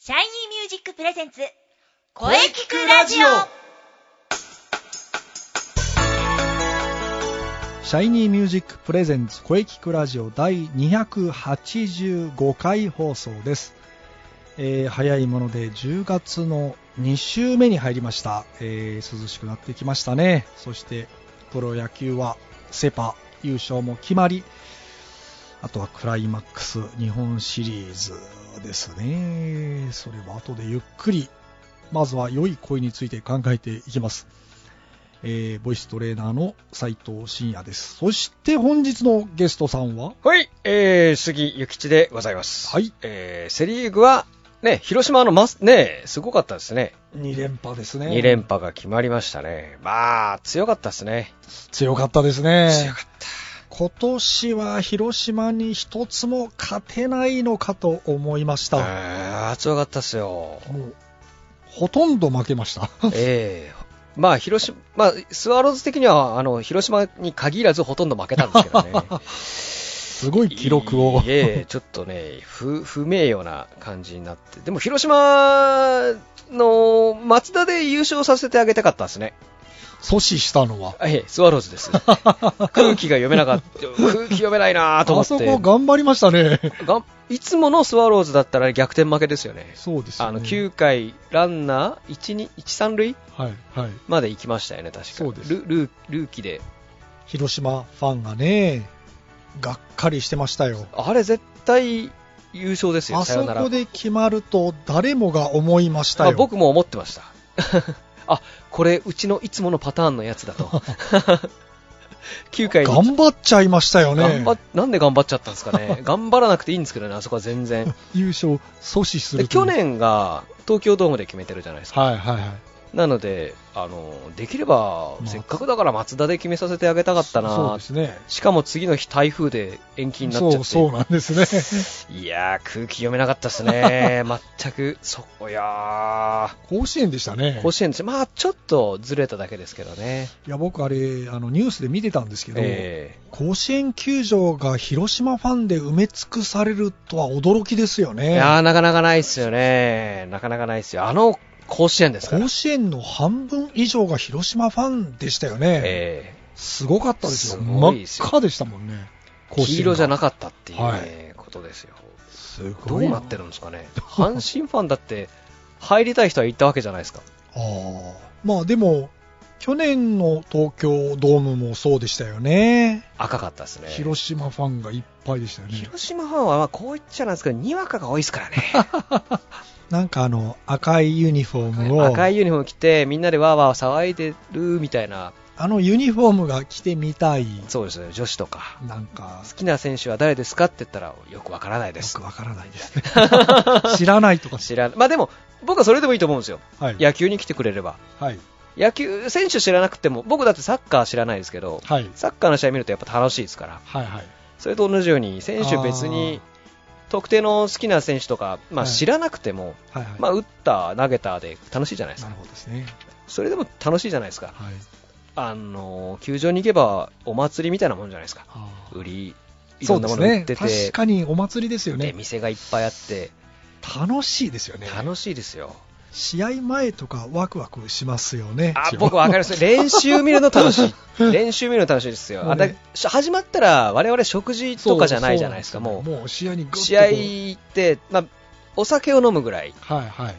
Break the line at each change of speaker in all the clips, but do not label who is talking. シャイニーミュージックプレゼンツ、
声聞くラジオ
シャイニーミュージックプレゼンツ声聞くラジオ第285回放送です、えー早いもので10月の2週目に入りました、えー涼しくなってきましたねそしてプロ野球はセ・パ優勝も決まりあとはクライマックス日本シリーズですねそれは後でゆっくりまずは良い恋について考えていきますえーボイストレーナーの斉藤真也です。そして本日のゲストさんは
はい、えー、杉ゆきちでございます。
はい。
えー、セリーグは、ね、広島のマス、ね、すごかったですね。
2連覇ですね。
2連覇が決まりましたね。まあ、強かったですね。
強かったですね。
強かった。
今年は広島に一つも勝てないのかと思いました。
あー強かったっすよ。
もう、ほとんど負けました。
ええまあ、広島、まあ、スワローズ的には、あの、広島に限らずほとんど負けたんですけどね。
すごい 記録を。
いえ、ちょっとね、不、不名誉な感じになって。でも、広島の松田で優勝させてあげたかったですね。
阻止したのは。
ええ、スワロー ズです。空気が読めなかった。空気読めないなぁと思
あ
って
そこ頑張りましたね。
がんいつものスワローズだったら逆転負けですよね。
そうですよ
あ
ね。
の、9回、ランナー、1、2、1、3塁
はい、はい。
まで行きましたよね、確か。
そうです
ルルールーキーで。
広島ファンがね、がっかりしてましたよ。
あれ絶対優勝ですよ、
あ
さよ
そ
なら。
こで決まると誰もが思いました
まあ
よ。
僕も思ってました。 あ、これうちのいつものパターンのやつだと。9回に
頑張っちゃいましたよね
頑。張っなんで頑張っちゃったんですかね。頑張らなくていいんですけどね、あそこは全然。
優勝阻止する
で
とい
去
う。
年が東京ドームで決めてるじゃないですか。
はいはいはい。
なので、あの、できれば、
まあ
せっかくだから松田で決めさせてあげたかった
そう
な
で。すね。
しかも次の日台風で延期になっちゃって。
そうそうなんですね。
いやー、空気読めなかったで すね。全く、そう、いや
甲子園でしたね
ー。。甲子園です。まあ、ちょっとずれただけですけどね。
いや僕あれあのニュースで見てたんですけど、
え
甲子園球場が広島ファンで埋め尽くされるとは驚きですよ
えい
ね。
やー、なかなかないっすよね。なかなかないっすよ。あの甲子園ですから
甲。子園の半分以上が広島ファンでしたよね。
え
すごかったですよ。
すごいです
真
よ
っ赤でしたもんね。
え黄色じゃな
く
かったっていう、ね
はい
ことですよ。
す
ど
ご
う
い
なってるんですかね。阪神ファンだって、入りたい人は行ったわけじゃないですか。
ああまあでも去年の東京ドームもそうでしたよね、
赤かったですね。
広島ファンがいっぱいでしたよね
広島ファンはまあこう言っちゃなんですけど、にわかが多いですからね。
なんかあの赤いユニフォームを
赤いユニフォーム着て、みんなでわーわー騒いでるみたいな、
あのユニフォームが着てみたい
そうですね、女子とか。
なんか
好きな選手は誰ですかって言ったら、よくわからないで
よ
す
く。わからないですね 知らないとか
知らんまあでも、僕はそれでもいいと思うんですよ。
はい
野球に来てくれれば。
はい
野球、選手知らなくても、僕だってサッカー知らないですけど、
はい
サッカーの試合見るとやっぱ楽しいですから。
はいはい
それと同じように、選手別に、特定の好きな選手とか、まあ
はい
知らなくても、
はいはい、
まあ打った、投げたで楽しいじゃないです
な
か
る。ほどですね
それでも楽しいじゃないですか。
はい
あの、球場に行けばお祭りみたいなもんじゃないですか。
あー
売り、い
そ
ろ
うんで
なも
す
の売っ
ね
てて、
確かにお祭りですよ
で
ね
店がいっぱいあって、
楽しいですよね
楽しいですよ。
試合前とかワクワクしますよね
あ
一、応
僕わかり ます。練習見るの楽しい。練習見るの楽しいですよ。あだ
ね
始まったら我々食事とかじゃないじゃないですか、
そうそう
も
んよもう試合にグッ
う。
と
試合って、まあ、お酒を飲むぐらい。
はいはい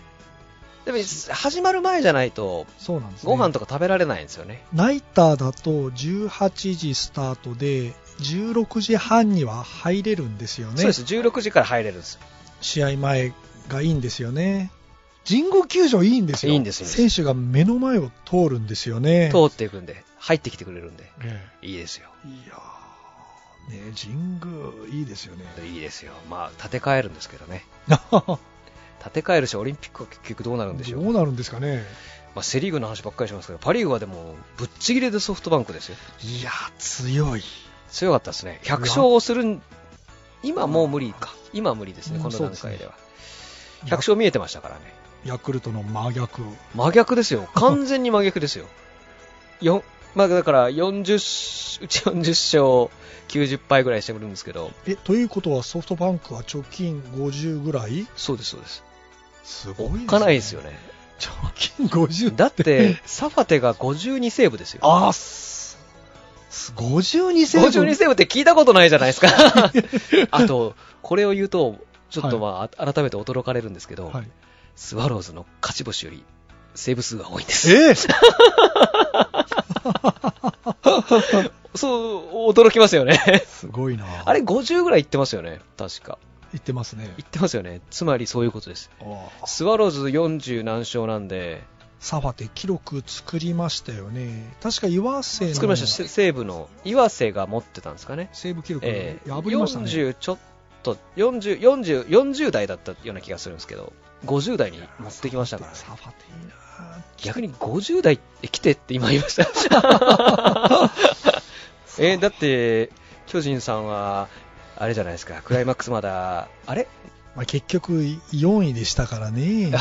でも、始まる前じゃないと、
そうなんです、ね、
ご飯とか食べられないんですよね。
ナイターだと18時スタートで16時半には入れるんですよ
そう
ね
です。16時から入れるんですよ。
試合前がいいんですよね神宮球場いいんですよ
いいんですいいんです
選手が目の前を通るんですよね
通っていくんで、入ってきてくれるんで、
え
いいですよ。
えいやーね神宮いいですよね
いいですよ。まあ、建て替えるんですけどね。建て替えるし、オリンピックは結局どうなるんでしょう。
どうなるんですかね
まあ、セ・リーグの話ばっかりしますけど、パ・リーグはでも、ぶっちぎりでソフトバンクですよ。
いやー強い
強かったですね、100勝をするん、今もう無理か、今無理ですね、
うん
この段
そう
階
です
で
ね
は。100勝見えてましたからね、
ヤクルトの真逆
真逆ですよ、完全に真逆ですよ。 よまあ、だから40、うち40勝90敗ぐらいしてくるんですけど、
えということはソフトバンクは貯金50ぐらい
そうです、そうです。
すごい
お
です
っ
ね
かないですよね。
貯金50
だって、サファテが52セーブですよ。
ああすす52セーブ
52セーブって聞いたことないじゃないで すか。あと、これを言うと、ちょっとまあ、改めて驚かれるんですけど、
はい、
スワローズの勝ち星よりセーブ数が多いんです。
ええ
そう、驚きますよね。
すごいな
あれ50ぐらいいってますよね、確か。
言ってますね
いってますよね。つまりそういうことです。
ああ
スワローズ40何勝なんで、
サファテ記録作りましたよね確か岩瀬の
作りました、せ西武の岩瀬が持ってたんですかね。
セーブ記録、
えー
破りましたね
40ちょっと、40、40、40代だったような気がするんですけど、50代に持ってきましたからね。
サファテいいな
逆に50代え来てって今言 いました。えーだって、巨人さんは、あれじゃないですか、クライマックスまだ、あれ
まあ、結局4位でしたから ね
い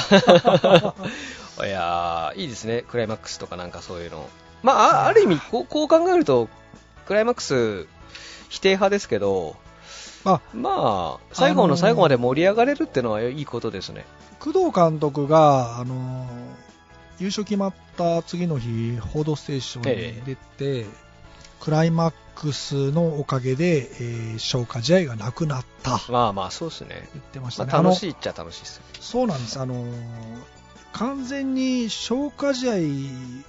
やー、いいですね、クライマックスとかなんかそういうの。まあ、あある意味こう、こう考えると、クライマックス否定派ですけど、
あ
まあ、最後の最後まで盛り上がれるってのはいいことですね。
工藤監督が、あのー優勝決まった次の日「報道ステーション」に出て、クライマックスのおかげで、えー消化試合がなくなった
まあまあ、そうですね。
言ってましたね、
まあ、楽
あ
しいっちゃ楽しいです。
のそうなんですあのー完全に消化試合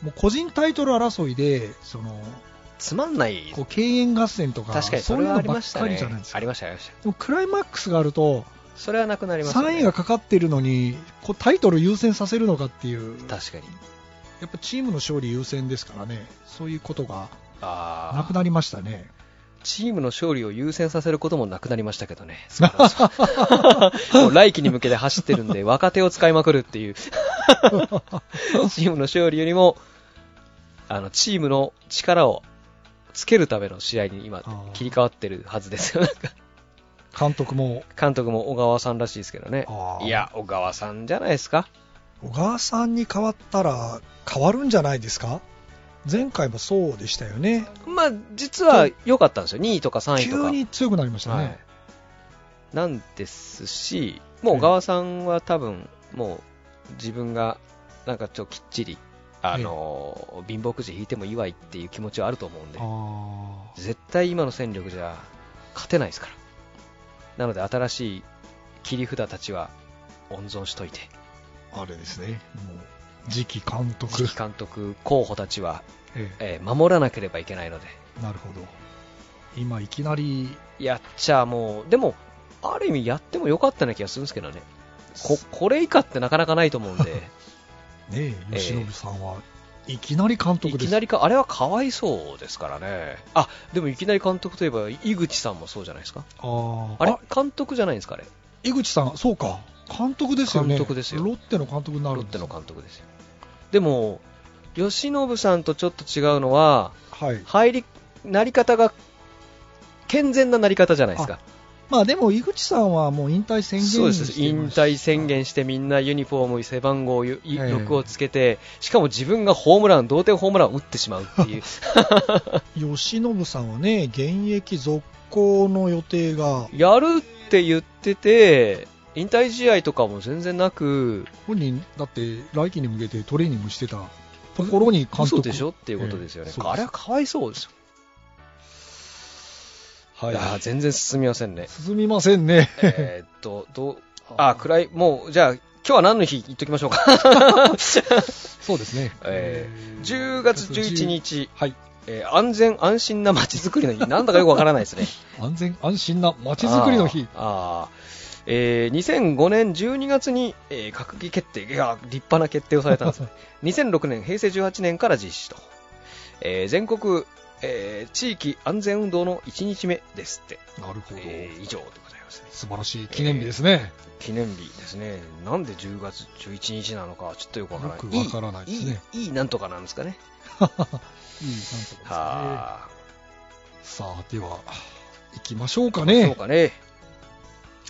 もう個人タイトル争いでその
つまんない
こう敬遠合戦とか
確かにそ
そうい
れ
う
はあ
の
り
ば
ま
っ
した
かり
ね
じゃないです。か
ありました、ありました。
でもクライマックスがあると
それはなくなりますよね。
3位がかかってるのにこうタイトル優先させるのかっていう
確かに。
やっぱチームの勝利優先ですからね、そういうことが
あー
なくなりましたね。
チームの勝利を優先させることもなくなりましたけどね。スワロー ズはもう来季に向けて走ってるんで、若手を使いまくるっていう。チームの勝利よりも、あの、チームの力をつけるための試合に今
ー、
切り替わってるはずですよ。なん か
監督も、
監督も小川さんらしいですけどね。
あー
いや、小川さんじゃないですか。
小川さんに変わったら変わるんじゃないですか前回もそうでしたよね。
まあ、実は良かったんですよ。2位とか3位とか。
急に強くなりました
は
ね。
い、なんですし、もう小川さんは多分、もう自分がなんかちょっときっちり、あの貧乏くじ引いてもいいわいっていう気持ちはあると思うんで、
あー
絶対今の戦力じゃ勝てないですから、なので新しい切り札たちは温存しといて、
あれですね。もう次期監督
次。期監督候補たちは、
え
えー守らなければいけないので、
えなるほど。今いきなり、
やっちゃもう、でも、ある意味やってもよかったような気がするんですけどね、ここれ以下ってなかなかないと思うんで。
ね
え
え、
え
吉信さんはいきなり監督
い
です。
きなりか、あれはかわいそうですからね。あ、でもいきなり監督といえば、井口さんもそうじゃないですか。
あー
あれ
あ
監督じゃないんですか、あれ。
井口さん、そうか。監督ですよね。
監督ですよ
ロッテの監督にな
ロ
る
ッ
んで
テ
す
の監督ですよ。でも、吉信さんとちょっと違うのは、
はい。
入り、なり方が、健全ななり方じゃないですか。
まあでも井口さんはもう引退宣言
そうで
し
す。
て
引
ました
退宣言してみんなユニフォーム、背番号ゆい
ええ
6をつけて、しかも自分がホームラン、同点ホームランを打ってしまうっていう。
吉信さんはね現役続行の予定が
やるって言ってて、引退試合とかも全然なく、
本人だって来季に向けてトレーニングしてたところに監督
嘘でしょっていうことですよ
え
ね、
えそうです
あれはかわいそうですよ、
はい、
い、やー全然進みませんね
進みませんね
えーっと、どうあ暗い、もうじゃあ、今日は何の日言っときましょう か、
そうですね、
えー10月11日、
はい
えー安全安心な街づくりの日、なんだかよくわからない ですね、
安全安心な街づくりの日
あーあーえー2005年12月に、えー閣議決定、いや立派な決定をされたん ですね、2006年、平成18年から実施と、えー全国、えー地域安全運動の1日目ですって、
なるほど、
えー以上でございますね。
素晴らしい記念日ですね、
記念日ですね、なんで10月11日なのかはちょっとよくわからない、
よくわからないですね
いいいいいなんとかなんですかね。
いいなんとかですね
は
さあでは行きましょうか
あ、そう
ね
かね。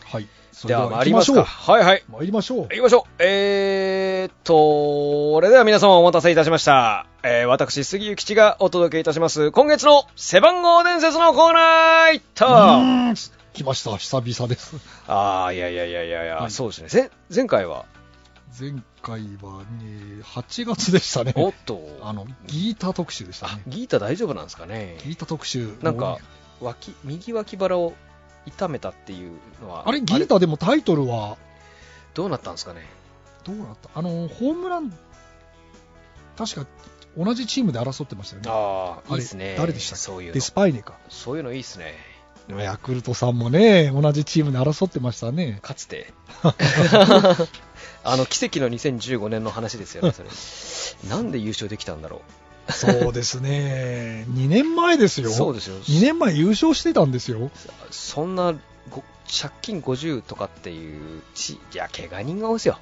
はいそ
で
れで
は
は行
参
き
り
ま
ま
し
す
ょ
か。
う
はいはい。
参りましょう
行きましょう。えーっと、それでは皆様お待たせいたしました。えー、私、杉ゆきちがお届けいたします、今月の背番号伝説のコーナーいっ
う
た
ーん来ました久々です
あー、いやいやいやいやいや、
はい
そうですね。前前回は、
前回は、ね、8月でしたね。
おっと、
あの、ギータ特集でしたね。
ギータ大丈夫なんですかね
ギータ特集。
なんか
もう、
脇、右脇腹を痛めたっていうのは、
あれ、ギータでもタイトルは、
どうなったんですかね
どうだったあの、ホームラン、確か同じチームで争ってましたよね。
あ
あ
あ、い
れ
いですね。
誰でしたっけ
そういう
デ
の。
スパイネか。
そういうのいいですね。
でもヤクルトさんもね、同じチームで争ってましたね。
かつ て。 あの、奇跡の2015年の話ですよね、それ。 なんで優勝できたんだろ
そうです ね。2年前です
う。
よ。
そうですよ。
2年前優勝してたんですよ。
そんな、ご借金50とかっていうち、いや、怪我人が多いですよ。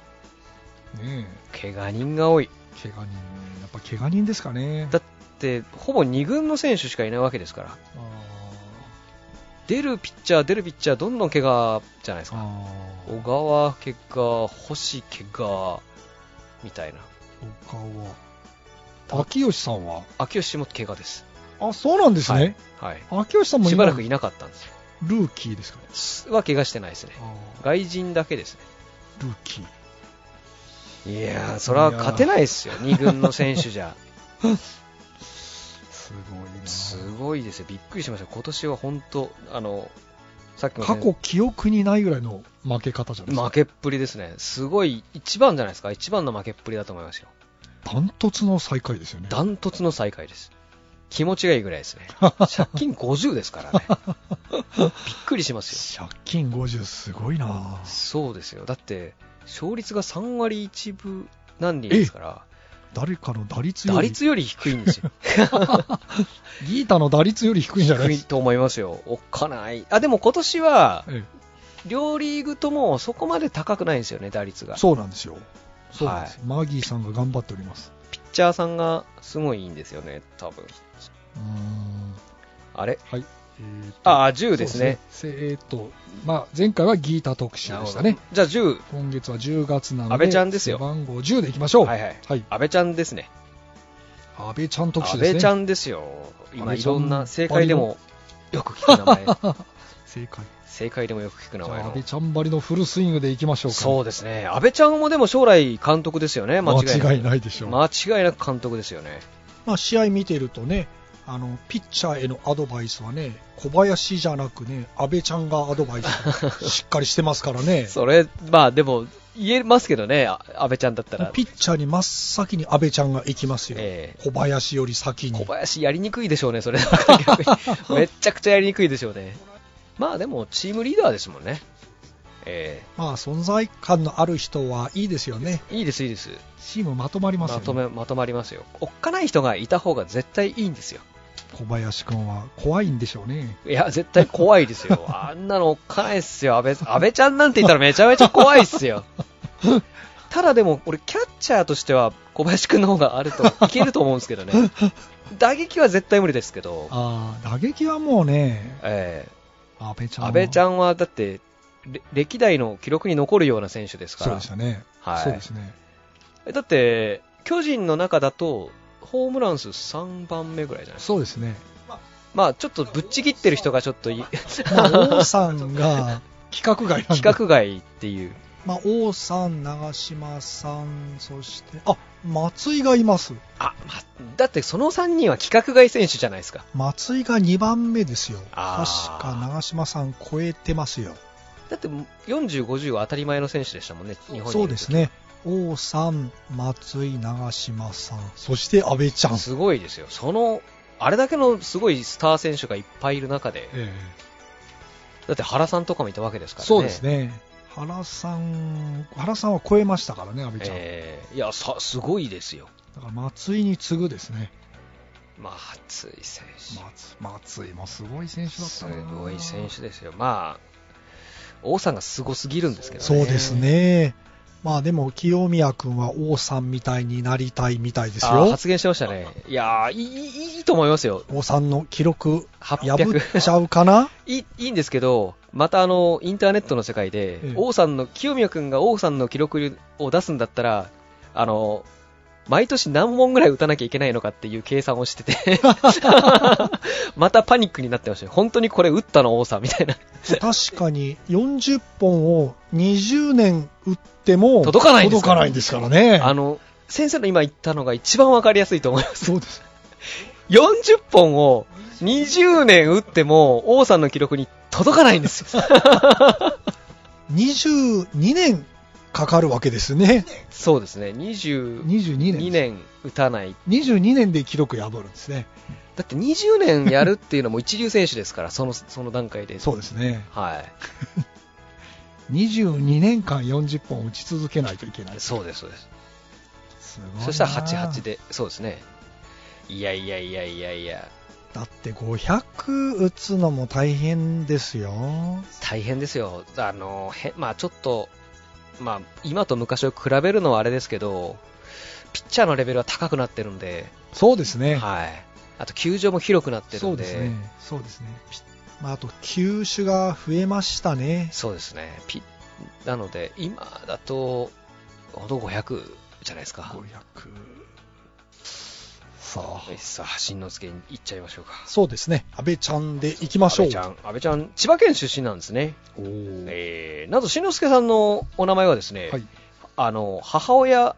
ね
怪我人が多い。
え怪我人、やっぱ怪我人ですかね。
だって、ほぼ2軍の選手しかいないわけですから。
あ
出るピッチャー、出るピッチャー、どんどん怪我じゃないです
ー
か。
あー。
小川、怪我、星、怪我、みたいな。
他は。秋吉さんは
秋吉も怪我です。
あ、そうなんですね。
はい。
秋吉さんも
し
今
ばらくいなかったんですよ
ルーキーですかね。
す。は怪我してないですね。
あ
外人だけです
ールーキー。
ね。いやー、それは勝てないですよ。2軍の選手じ ゃ。
すごいな。
すごいですよ。びっくりしました。今年は本当、あの、さっきのね、
過去記憶にないぐらいの負け方じゃないです
負
か。
けっぷりですね。すごい、一番じゃないですか。一番の負けっぷりだと思いますよ。
ダントツの最下位ですよね。
ダントツの最下位です。気持ちがいいぐらいですね。 借金50ですからね。びっくりしますよ。
借金50すごいな。
そうですよ。だって、勝率が3割1分何厘ですから、
誰かの打率より
打率より低いんですよ。
ギータの打率より 低いんじゃない
低
で
い
すか。
と思いますよ。おっかない。あ、でも今年は、
え
両リーグともそこまで高くないんですよね、打率が。
え
ピ
そうなんですよ。そうなんです、マギーさんが頑張っております。
ッチャーさんがすごいいいんですよね、多分。
うーん。
あれ
はい。えーと
ああ、10ですね。
そうですね。せえーと、まあ、前回はギータ特集
なる
で
ほ
し
ど
たね。
じゃあ10、
今月は10月なので、
安倍ちゃんですよ
背番号10でいきましょう。
はいはい
はい。
安倍ちゃんですね。
安倍ちゃん特
安
集ですね。
倍ちゃんですよ。今
安倍
い
ちゃん
ろんな、正解でもよく聞く名前。
正解。
正解でもよく聞く名
じゃあ、
前
安
の
倍。ちゃんばりのフルスイングでいきましょうか。
そうですね。安倍ちゃんもでも将来監督ですよね、間違いなく。
間違いないでしょう。
間違いなく監督ですよね。
まあ、試合見てるとねあのピッチャーへのアドバイスはね小林じゃなくね安倍ちゃんがアドバイ スしっかりしてますからね
それ、まあでも、言えますけどね、あ安倍ちゃんだったら。
ピッチャーに真っ先に安倍ちゃんが行きますよ、
ええ
小林より先
小
に
林やりにくいでしょうね、それ。逆 にめっちゃくちゃやりにくいでしょうね。まあでも、チームリーダーですもんね。え
まあ存在感のある人はいいですよね
えいいです、いいです。
チームまとまりますよ
まと
ね
め、まとまりますよ。おっかない人がいた方が絶対いいんですよ。
小林君は怖いんでしょうね
いや、絶対怖いで すよ。あんなのおっかないっすよ。安倍、安倍ちゃんなんて言ったらめちゃめちゃ怖いっす よ。ただでも、俺、キャッチャーとしては小林くんの方があると、いけると思うんですけどね。打撃は絶対無理ですけど、
ああ打撃はもうね
ええ
安倍ちゃんは
安倍ちゃんはだって、れ歴代の記録に残るような選手ですか
そう
ら
でし。たね、
はい
そうですね
えだって、巨人の中だと、ホームラン数3番目ぐらいじゃないですか。
そうですね
まあ、ちょっとぶっちぎってる人がちょっ とい、
まあ王さん が規格外なんで
規格外っていう。
まあ、王さん、長島さん、そして、あ、松井がいます。
あ、まあ、だってその3人は規格外選手じゃないですか。
松井が2番目ですよ。確
あー
か長島さん超えてますよ。
だって40、50は当たり前の選手でしたもんね、日本にいる時
そうです。ね。王さん、松井、長島さん、そして安倍ちゃん。
すごいですよ。その、あれだけのすごいスター選手がいっぱいいる中で、
え
だって原さんとかもいたわけですからね。
そうですね。原さん、原さんは超えましたからね、安倍ちゃん。
えーいやさ、すごいですよ。
だから松井に次ぐですね。
まあ、熱い選手。
松松井もすごい選手だっ
す
たな
ごい選手ですよ。まあ、王さんがすごすぎるんですけどね。
そうです。ね。まあでも、清宮君は王さんみたいになりたいみたいです
あー
よ。
発言してましたね。いやーいいいい、いいと思いますよ。
王さんの記録破っち
800。
ゃうか な
いいいいんですけど、またあの、インターネットの世界で
ええ、
王さんの、清宮君が王さんの記録を出すんだったら、あの、毎年何問ぐらい打たなきゃいけないのかっていう計算をして て、 またパニックになってましたよ。本当にこれ打ったの多さみたいな。
確かに40本を20年打っても
届かないんです
届かないんですからね。
あの、先生の今言ったのが一番わかりやすいと思います。
そうです。
40本を20年打っても、王さんの記録に届かないんです よ。
22年かかるわけですね。
そうですね。22
22年。
年打たない。
22年で記録破るんですね。
だって20年やるっていうのも一流選手ですから、そ の、その段階で。
そうですね。
はい。
22年間40本打ち続けないといけない。
そうです、そうです。
すごいな
そしたら88。で、そうですね。いやいやいやいやいや、
だって500打つのも大変ですよ。
大変ですよ。あの、へまあちょっと、まあ今と昔を比べるのはあれですけど、ピッチャーのレベルは高くなってるんで、
そうですね。
はい。あと球場も広くなってる
そ
ん
う
で、
ですね。そうですね。ピまあ、あと、球種が増えましたね。
そうですね。ピなので、今だと、ほんと500じゃないですか。
500。さあ。
さあ、新之助に行っちゃいましょうか。
そうですね。安倍ちゃんで行きましょう。
安倍ちゃん、安倍ちゃん、千葉県出身なんですね。
おー
えー、なんと新之助さんのお名前はですね、
はい。
あの、母親、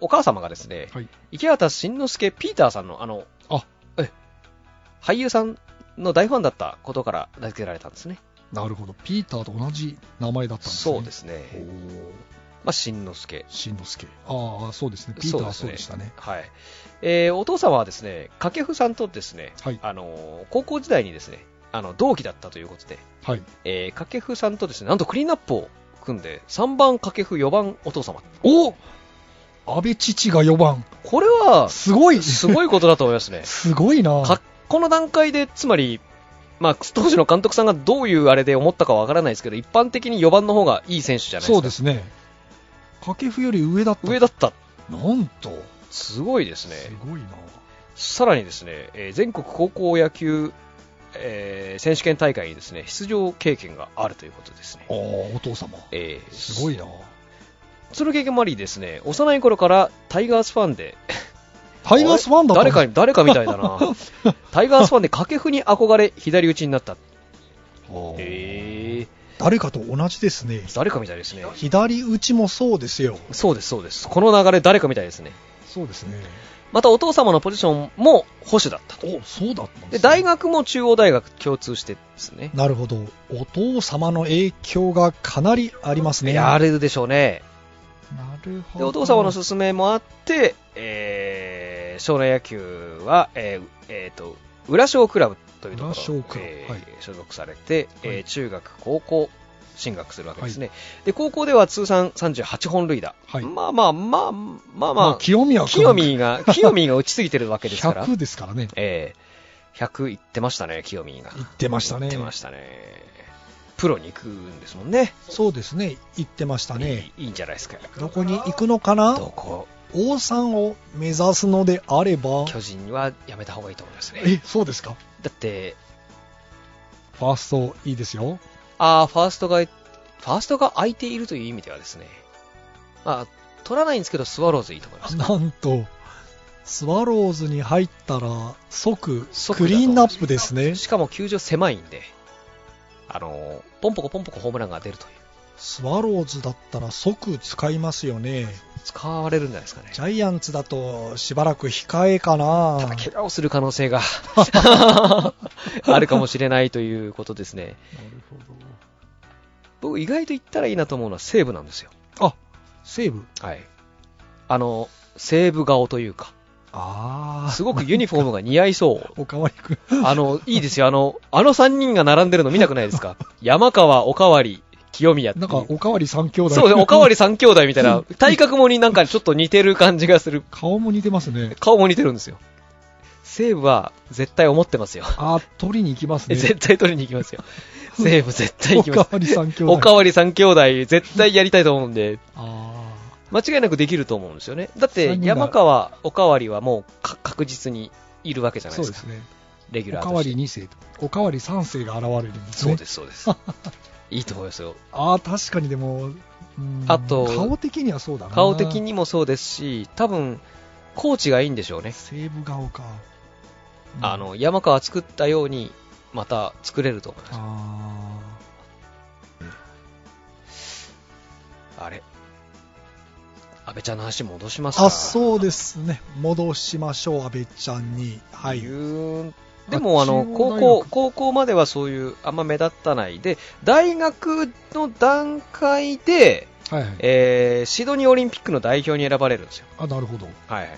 お母様がですね、
はい。
池畑慎之介ピーターさんの、あの、
あ
え俳優さんの大ファンだったことから名付けられたんですね。
なるほど。ピーターと同じ名前だったんですね。。
そうですすね。
おー
まあ、慎之介。
しんのすけ。ああ、そうですね。ピーターはそうでしたね。
はい。えーお父様はですね、掛布さんとですね、
はい。
あの、高校時代にですね、あの、同期だったということで、
はい。
えー、掛布さんとですね、なんとクリーンアップを組んで、3番掛布、4番お父様。
お安倍父が4番。
これは、
すごい
すごいことだと思います ね。
すごいな。
かこの段階で、つまり、まあ、当時の監督さんがどういうあれで思ったかわからないですけど、一般的に4番の方がいい選手じゃないですか。
そうですね。掛布より上だった。
上だった。
なんと。
すごいですね。
すごいな。
さらにですね、えー全国高校野球、えー選手権大会にですね、出場経験があるということですね
あ。あ、お父様。
えー
すごいな。
その経験もありですね、幼い頃からタイガースファンで、
タイガースファンだった
誰かに、誰かみたい だな。タイガースファンで掛布に憧れ、左打ちになった。
あー
え
誰かと同じですね。
誰かみたいですね。
左打ちもそうですよ。
そうです、そうです。この流れ、誰かみたいですね。
そうですね。
また、お父様のポジションも保守だったと。
お、そうだったんですね
で、大学も中央大学共通してですね。
なるほど。お父様の影響がかなりありますね。
やられるでしょうね。
なるほ
で、
ど。
お父様の勧めもあって、えー、少年野球は、えー、えーと、浦小クラブというとこ
浦
ろ
商
に、
クラブ
えー
はい
所属されて、えー
はい
中学、高校、進学するわけですね。で、高校では通算38本塁打。
はい
まあまあまあ、まあま
まあ
あ、
清宮君
清見が、 清見が打ちすぎてるわけですから。
100ですからね。
ええ100いってましたね、清見が。
言ってましたね
いってましたね。プロに行くんですもんね。
そうですね。言ってましたね。
いいいいんじゃないですか。
どこに行くのかな
どこ、
王さんを目指すのであれば。
巨人はやめた方がいいと思いますね。
え、そうですか
だって、
ファーストいいですよ。
ああ、ファーストが、ファーストが空いているという意味ではですね、まあ、取らないんですけど、スワローズいいと思います。
なんと、スワローズに入ったら即
即だ
ク
と
リーンアップですね。
しかも球場狭いんで、あのーポンポコポンポコホームランが出るという。
スワローズだったら即使いますよね。
使われるんじゃないですかね。
ジャイアンツだとしばらく控えかな。
ただ怪我をする可能性が あるかもしれないということですね。僕意外と言ったらいいなと思うのは西武なんですよ。
あ、西武。
はい。あの、西武顔というか、
ああ。
すごくユニフォームが似合いそう。
おかわりくん。
あの、いいですよ。あの、あの3人が並んでるの見たくないですか山川、おかわり、清宮ってい
な
うん
か、おかわり三兄弟。
そうね、おかわり3兄弟みたいな、体格もになんかちょっと似てる感じがする。
顔も似てますね。
顔も似てるんですよ。西武は絶対思ってますよ。
あー取りに行きますね。
絶対取りに行きますよ。西武絶対行き
お
ま
か
す。
わり三兄弟。
おかわり3兄弟、絶対やりたいと思うんで、
あ
間違いなくできると思うんですよね。だって
三、人が
山川、おかわりはもうか確実にいるわけじ
あ。
ゃないで
そう
す
で
か。
すね。
レギュ
お
ラー
か
と
わ
し
り
て。
二世と。おかわり三世が現れるんです
そ
ね。。
うですす、そうです。いいと思いますよ。
ああ、確かにでも、うん
あと
顔的にはそうだな。
顔的。にもそうですし、多分、コーチがいいんでしょうね。
西武顔か、うん
あの、山川作ったように、また作れると思います。
あ
あれ安倍ちゃんの話戻します
ー
か
あそうですね戻しましょう阿部ちゃんにはい
言うでもあの
中央
高
大学
校高校まではそういうあんま目立たないで大学の段階で、
はいはい
えーシドニーオリンピックの代表に選ばれるんですよ、
あなるほど
はいはい、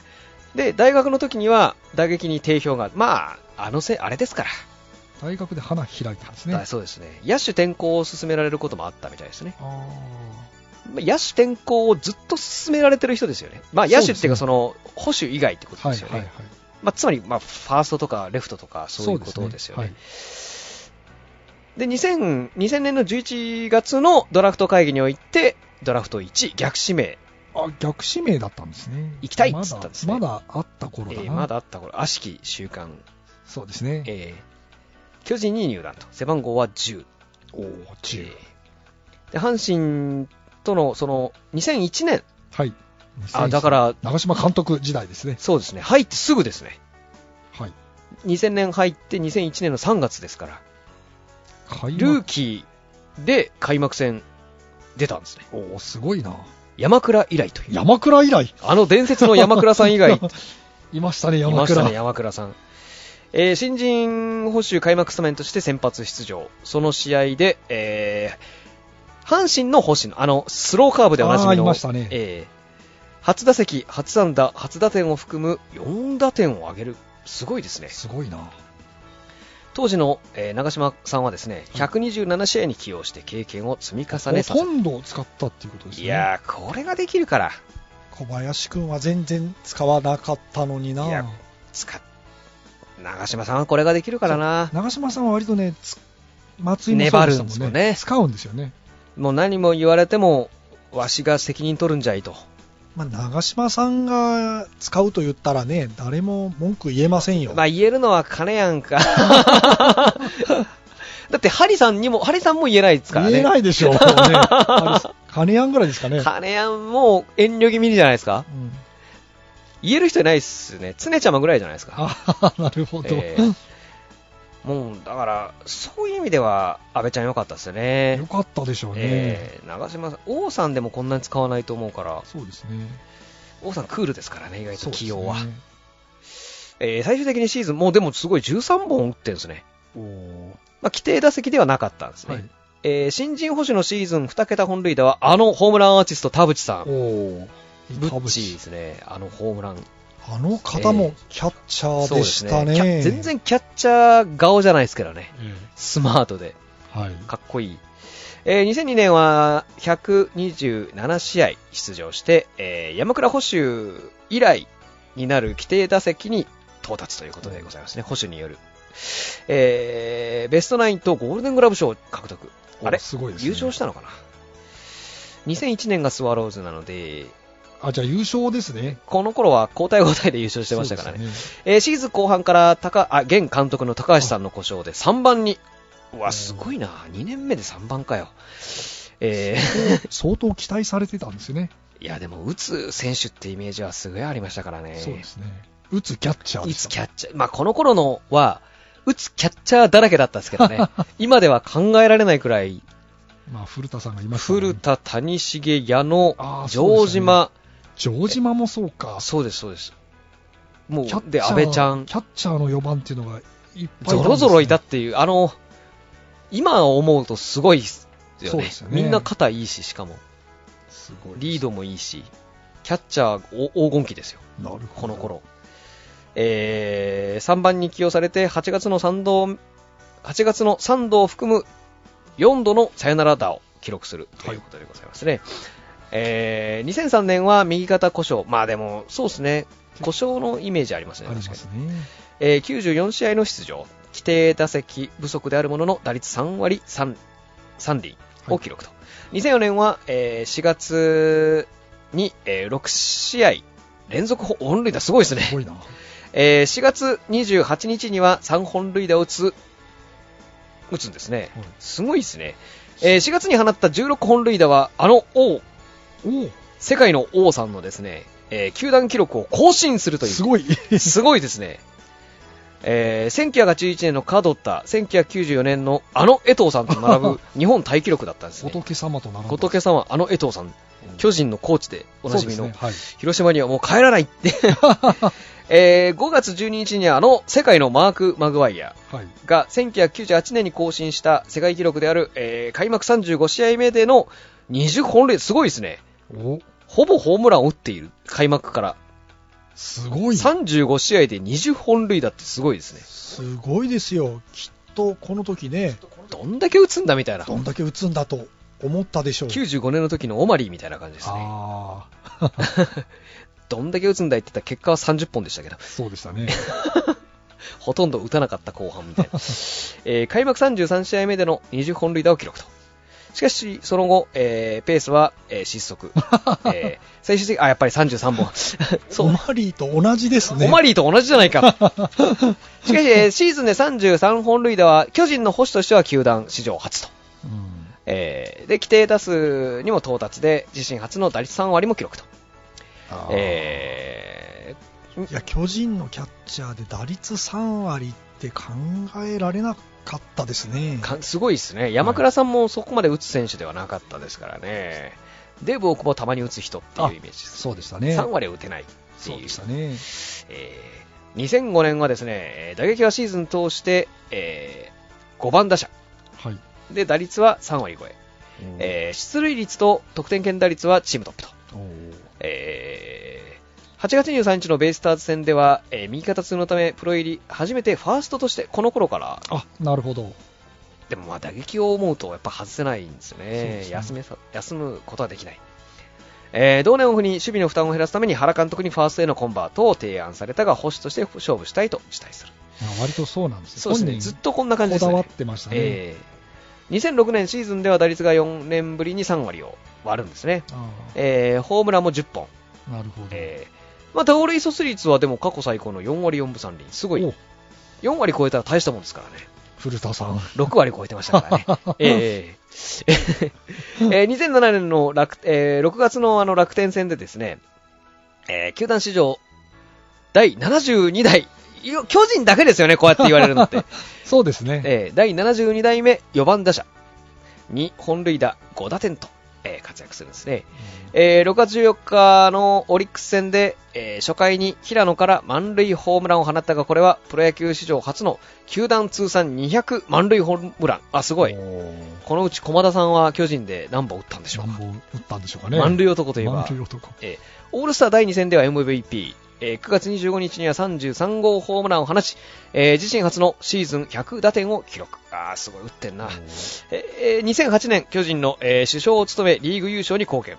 で大学の時には打撃に定評がまああのせあれですから、
大学で花開いたんです
だ
ね
そうですね野手転向を勧められることもあったみたいですね
あ
まあ野手転向をずっと勧められてる人ですよね、まあ、野手っていうかその捕手以外ってこ
ー
と
は
で
い
すよね、
はいはい
まあ、つまり、まあ、ファーストとかレフトとかそういうことですよね。で 2000, 2000年の11月のドラフト会議において、ドラフト1位、逆指名、
はい、あ逆指名だったんですね
行きたいっつったんですね
まだまだあった頃
え
だな、
ーまだあった頃、悪しき週間、
そうですね
えー巨人に入団と、背番号は10。
おお
え
中
ーで阪神とのその2001年、
はい
あだから
長嶋監督時代ですね
そうですね、入ってすぐですね、
はい
2000年入って2001年の3月ですから、
開
ルー
幕
キーで開幕戦出たんですね、
おおすごいな
山倉以来という、
山倉以来
あの伝説の山倉さ ん以外
いましたね
い
山
まし
倉
たね、山倉さん。えー新人捕手開幕スタメンとして先発出場。その試合で、えー阪神の星野、あの、スローカーブでおなじみ
あー
の、
いましたね
えー初打席、初安打、初打点を含む4打点を挙げる。すごいですね。
すごいな
当時の、えー長嶋さんはですね、127試合に起用して経験を積み重ねさ
ほと
せ
んど使ったっていうことですね
いやー、これができるから、
小林君は全然使わなかったのに
い
な
や使っ、長嶋さんはこれができるからな。
長嶋さんは割とねつ松井もそうでしたも
粘るん
ん
ですよ
ね
ね
使うんですよね、
もう何も言われても、わしが責任取るんじゃいと。
まあ、長嶋さんが使うと言ったらね誰も文句言えませんよ、
まあ言えるのは金や んか。だって、ハリさんにも、ハリさんも言えないですからね。
言えないでし ょう、もうね、あれ金やんぐらいですかね、
金やんも遠慮気味じゃないですか。
うん、
言える人いないっすね。常ちゃまぐらいじゃないですか。
あなるほど、
えーもう、だから、そういう意味では、安倍ちゃん良かったですよね。
よかったでしょうね、
えー長嶋さん、王さんでもこんなに使わないと思うから、
そうですね、
王さんクールですからね、意外
そ
と
うです
起
ね
用は。えー最終的にシーズン、もうでもすごい13本打ってるんですね。
おー
まあ、規定打席ではなかったんですね、
はい、
えー新人捕手のシーズン2桁本塁打はあのホームランアーティスト田淵さん
お
ブ
田
ッチーで
淵
すねあのホームラン
あの方もキャッチャーでしたね、
キャ全然キャッチャー顔じゃないですけどね
え
スマートで
えはい、
かっこいい、えー2002年は127試合出場して、えー山倉捕手以来になる規定打席に到達ということでございますね、捕手による、えーベストナインとゴールデングラブ賞を獲得あれ
おすごいですね
優勝したのかな2001年がスワローズなので
あじゃあ優勝ですね。
この頃は交代交代で優勝してましたからね
そうです
えーシーズン後半から高あ現監督の高橋さんの故障で3番にう
う
わ
ん
すごいな2年目で3番かよえ
ね相当期待されてたんですよ ね。
ーいやでも打つ選手ってイメージはすごいありましたからね
そうですね。打つキャッチャー
打
で
つ
す
キャッチャー、まあ、この頃のは打つキャッチャーだらけだったんですけど ね今では考えられないくらい
まあ、古田さんがいますからね
古田、谷繁、矢野
あー、
城島、
城島もそうか。
そうです、そうです。も
キャッチャ
う、
ー
で、安倍ちゃん
キ、ャッチャーの4番っていうのがいっぱい
ぞろぞろい
だ
たっていう、あの、今思うとすごいですよ
そう
ね。
ですよね
みんな肩いいし、しかも、
すごい。
リードもいいし、キャッチャーお黄金期ですよ、
なるほ
こ
ど
の。頃。えー、3番に起用されて、8月の3度、8月の3度を含む4度のサヨナラ打を記録するということでございますね。えー、2003年は右肩故障。まあでも、そうですね。故障のイメージありますね。
あり
確か
ま
に
す。ね。
えー94試合の出場、規定打席不足であるものの打率3割 3, 3厘を記録と、2004年は、えー4月に、え6試合連続本本塁打、すごいです
すご
ね、
いな。
えー4月28日には3本塁打を打つ打つんですね、
はい
すごいですね、えー4月に放った16本塁打は、あの王
おお
世界の王さんのですね、えー球団記録を更新するという。
すごい。
すごいですね。えー、1981年の門田、1994年のあの江藤さんと 並ぶ日本タイ記録だったんですね。
仏様と並んだ
仏様、あの江藤さん、巨人のコーチでおなじみの、
そうですねはい
広島にはもう帰らないって、 えー5月12日にはあの世界のマーク・マグワイア
はい。
が1998年に更新した世界記録である、えー開幕35試合目での20本塁打すごいですね。
お、
ほぼホームランを打っている、開幕から。
すごい。
35試合で20本塁打ってすごいですね。
すごいですよ。きっとこの時ね、
どんだけ打つんだみたいな。
どんだけ打つんだと思ったでしょう。
95年の時のオマリーみたいな感じですね。
ああ、
どんだけ打つんだいって言ったら結果は30本でしたけど、
そうでしたね。
ほとんど打たなかった後半みたいな。えー開幕33試合目での20本塁打を記録と。しかし、その後、えーペースは、えー失速。えー最終的に、あ、やっぱり33本。 そう
オ。マリーと同じですね。
オマリーと同じじゃないか。しかし、えーシーズンで33本塁打は、巨人の捕手としては球団史上初と。
うん
えーで、規定打数にも到達で、自身初の打率3割も記録と。
あー
え
いや巨人のキャッチャーで打率3割って考えられなかったですね
ー、かすごいですね。山倉さんもそこまで打つ選手ではなかったですからね。デーブ・大久保たまに打つ人っていうイメージです。
そうでした
3割は打てないって
そう
いう
でしたね
えー2005年はですね、えー打撃はシーズン通して、え5番打者。
はい、
で、打率は3割超え。えー出塁率と得点圏打率はチームトップと。
おー
えー8月23日のベイスターズ戦では、えー右肩痛のためプロ入り初めてファーストとしてこの頃から
あなるほど
でもまあ打撃を思うとやっぱ外せないんですよね
そうです
休めさ休むことはできない、えー同年オフに守備の負担を減らすために原監督にファーストへのコンバートを提案されたが捕手として勝負したいと辞退する
あ割とそうなんですね
そうですね
本人
ずっとこんな感じです
こ
ね
だわってましたね、
えー2006年シーズンでは打率が4年ぶりに3割を割るんですね、
あー
えーホームランも10本、
なるほど、
えーまあ、盗塁阻止率はでも過去最高の4割4分3厘、すごい、
お
4割超えたら大したもんですからね、
古田 さん
6割超えてましたからね、えーえー2007年の楽、えー6月のあの楽天戦でですね、えー球団史上第72代、いや巨人だけですよね、こうやって言われるのって、
そうですね、
えー第72代目4番打者に本塁打5打点と、えー活躍するんですね。えー6月14日のオリックス戦で、えー初回に平野から満塁ホームランを放ったが、これはプロ野球史上初の球団通算200満塁ホームラン。あ、す
お
ごい。
ー
このうち駒田さんは巨人で何本打ったんでしょう
何
か。
本打ったんでしょうかね
満塁男といえば
満塁男
えーオールスター第2戦では MVP。えー9月25日には33号ホームランを放ち、えー自身初のシーズン100打点を記録。あーすごい、打ってんな。えー2008年、巨人の、えー首相を務め、リーグ優勝に貢献。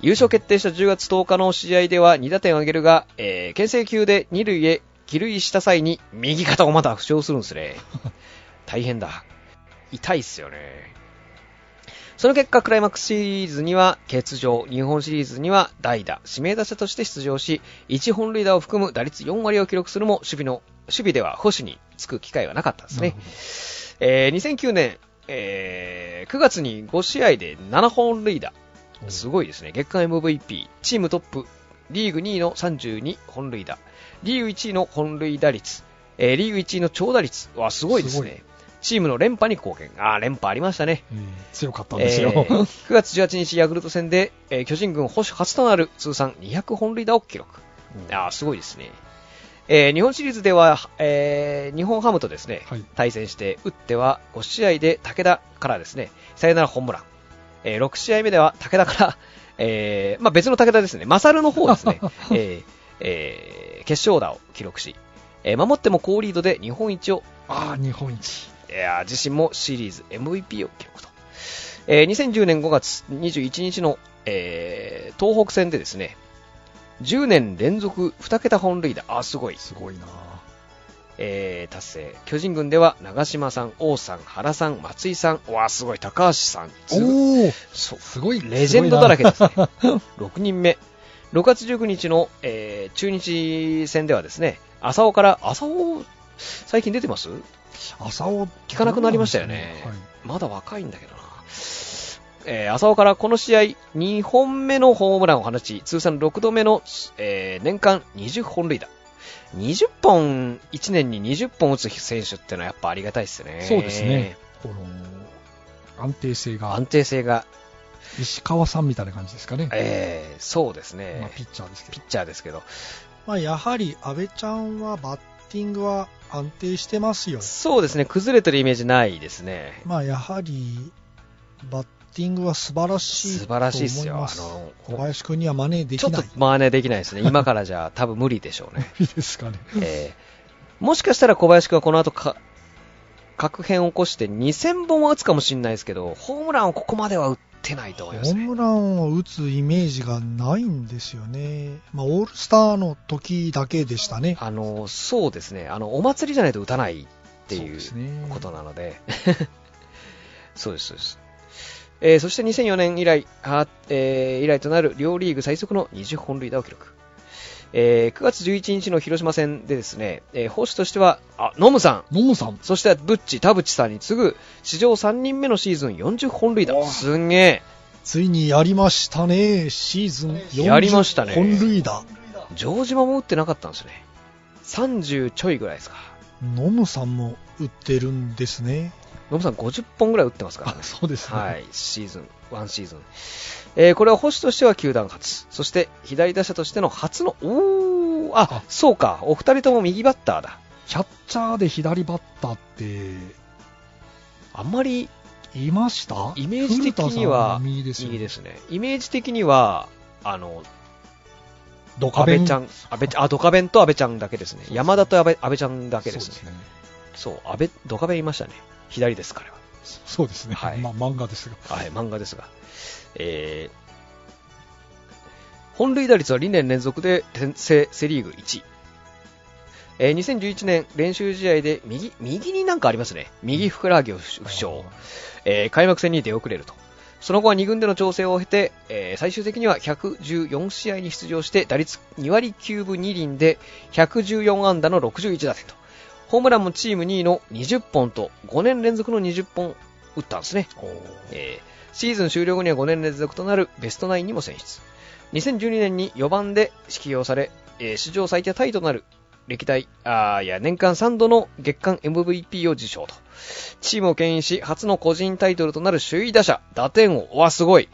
優勝決定した10月10日の試合では2打点を挙げるが、えー、牽制球で2塁へ帰塁した際に右肩をまた負傷するんですね。大変だ。痛いっすよね。その結果、クライマックスシリーズには欠場、日本シリーズには代打、指名打者として出場し、1本塁打を含む打率4割を記録するも、守備の、守備では保守につく機会はなかったんですね。えー2009年、えー9月に5試合で7本塁打。すごいですね。月間 MVP、チームトップ、リーグ2位の32本塁打、リーグ1位の本塁打率、えーリーグ1位の長打率。わ、すごいです
すご
ね。チームの連覇に貢献。あー連覇ありましたね。
えー強かったんですよ、
えー 9月18日、ヤクルト戦で、えー巨人軍保守初となる通算200本塁打を記録。あーすごいですね。えー日本シリーズでは、えー日本ハムとですね、
はい
対戦して、打っては5試合で武田からですね、サヨナラホームラン。えー6試合目では武田から、 えーまあ、別の武田ですね、マサルの方ですね、えーえー決勝打を記録し、えー守っても好リードで日本一を
ああ日本一
いやー自身もシリーズ MVP を記録と、えー2010年5月21日の、えー東北戦でですね10年連続2桁本塁打あーすごい、
すごいな
えー達成巨人軍では長嶋さん、王さん、原さん、松井さんうわーすごい、高橋さんず
おお
そう
すごい
レジェンドだらけですね6人目6月19日の、えー中日戦ではですね浅尾から浅尾最近出てます
朝を
聞かなくなりましたよね
はい
まだ若いんだけどな。えー浅尾からこの試合2本目のホームランを放ち、通算6度目の、えー年間20本塁打。20本、1年に20本打つ選手ってのはやっぱありがたいですね。
そうですね。この安定性が
安定性が、
石川さんみたいな感じですかね、
えーそうです
まあ、
ね。
ピッチャーですけ
ピ
ど
ッ、チャーですけど。
まあ、やはり阿部ちゃんはバッティングは安定してますよ、
そうですね。崩れてるイメージないですね。
まあ、やはりバッティングは素晴らしい
素晴らしいです
と
よ
思います
あの
小林君には真似で
ちょ
き
っ
な
と
い
真似できないですね。今からじゃ多分無理でしょうね。
です かね、
えーもしかしたら小林君はこの後か、確変を起こして2000本は打つかもしれないですけど、ホームランをここまでは打ってないと
ホ
思います
ー
ね。
ムランを打つイメージがないんですよね、まあ、オールスターの時だけでしたね。
あの、そうですね。あの、お祭りじゃないと打たないって
そう
い
です
う
ね
ことなので。 そうです、そうです。えーそして2004年以来、はえー以来となる両リーグ最速の20本塁打を記録。えー9月11日の広島戦でですね、えー、捕手としては、あ、ノムさん、
ノムさん
そしてブッチ、田淵さんに次ぐ史上3人目のシーズン40本塁打。すんげえ。
ついにやりましたね、シーズン40
やりましたね
本塁打、
城島も打ってなかったんですね。30ちょいぐらいですか。
ノムさんも打ってるんですね、
ノブさん50本ぐらい打ってますから
あ
ね。
そうですね、
はい、シーズン、ワンシーズン。えーこれは捕手としては球団初。そして左打者としての初の、おー、あ、
あ
そうか、お二人とも右バッターだ。
キャッチャーで左バッターって
あんまり
いました
イメージ的に
古田さ
は
ん右ですよ
いいですね。イメージ的には、あの、
ドカ
安
ベン
倍ちゃん、安倍ちゃん、あ、ドカベンと安倍ちゃんだけですね。
そうですね
山田と安倍安倍ちゃんだけです
そう
ね。
ですね
そう、安倍、ドカベンいましたね。左です、彼は。
そうですね、
はい
まあ、漫画ですが、
はい、漫画ですが。えー本塁打率は2年連続で天セセリーグ1位。えー2011年練習試合で右、右になんかありますね。右ふくらはぎを負負傷。えー開幕戦に出遅れると。その後は2軍での調整を経て、えー最終的には114試合に出場して、打率2割9分2厘で114安打の61打点と。ホームランもチーム2位の20本と5年連続の20本打ったんですね。
おー
えーシーズン終了後には5年連続となるベストナインにも選出。2012年に4番で起用され、えー史上最多タイとなる歴代、あーいや、年間3度の月間 MVP を受賞と。チームを牽引し、初の個人タイトルとなる首位打者、打点王。わ、すごい。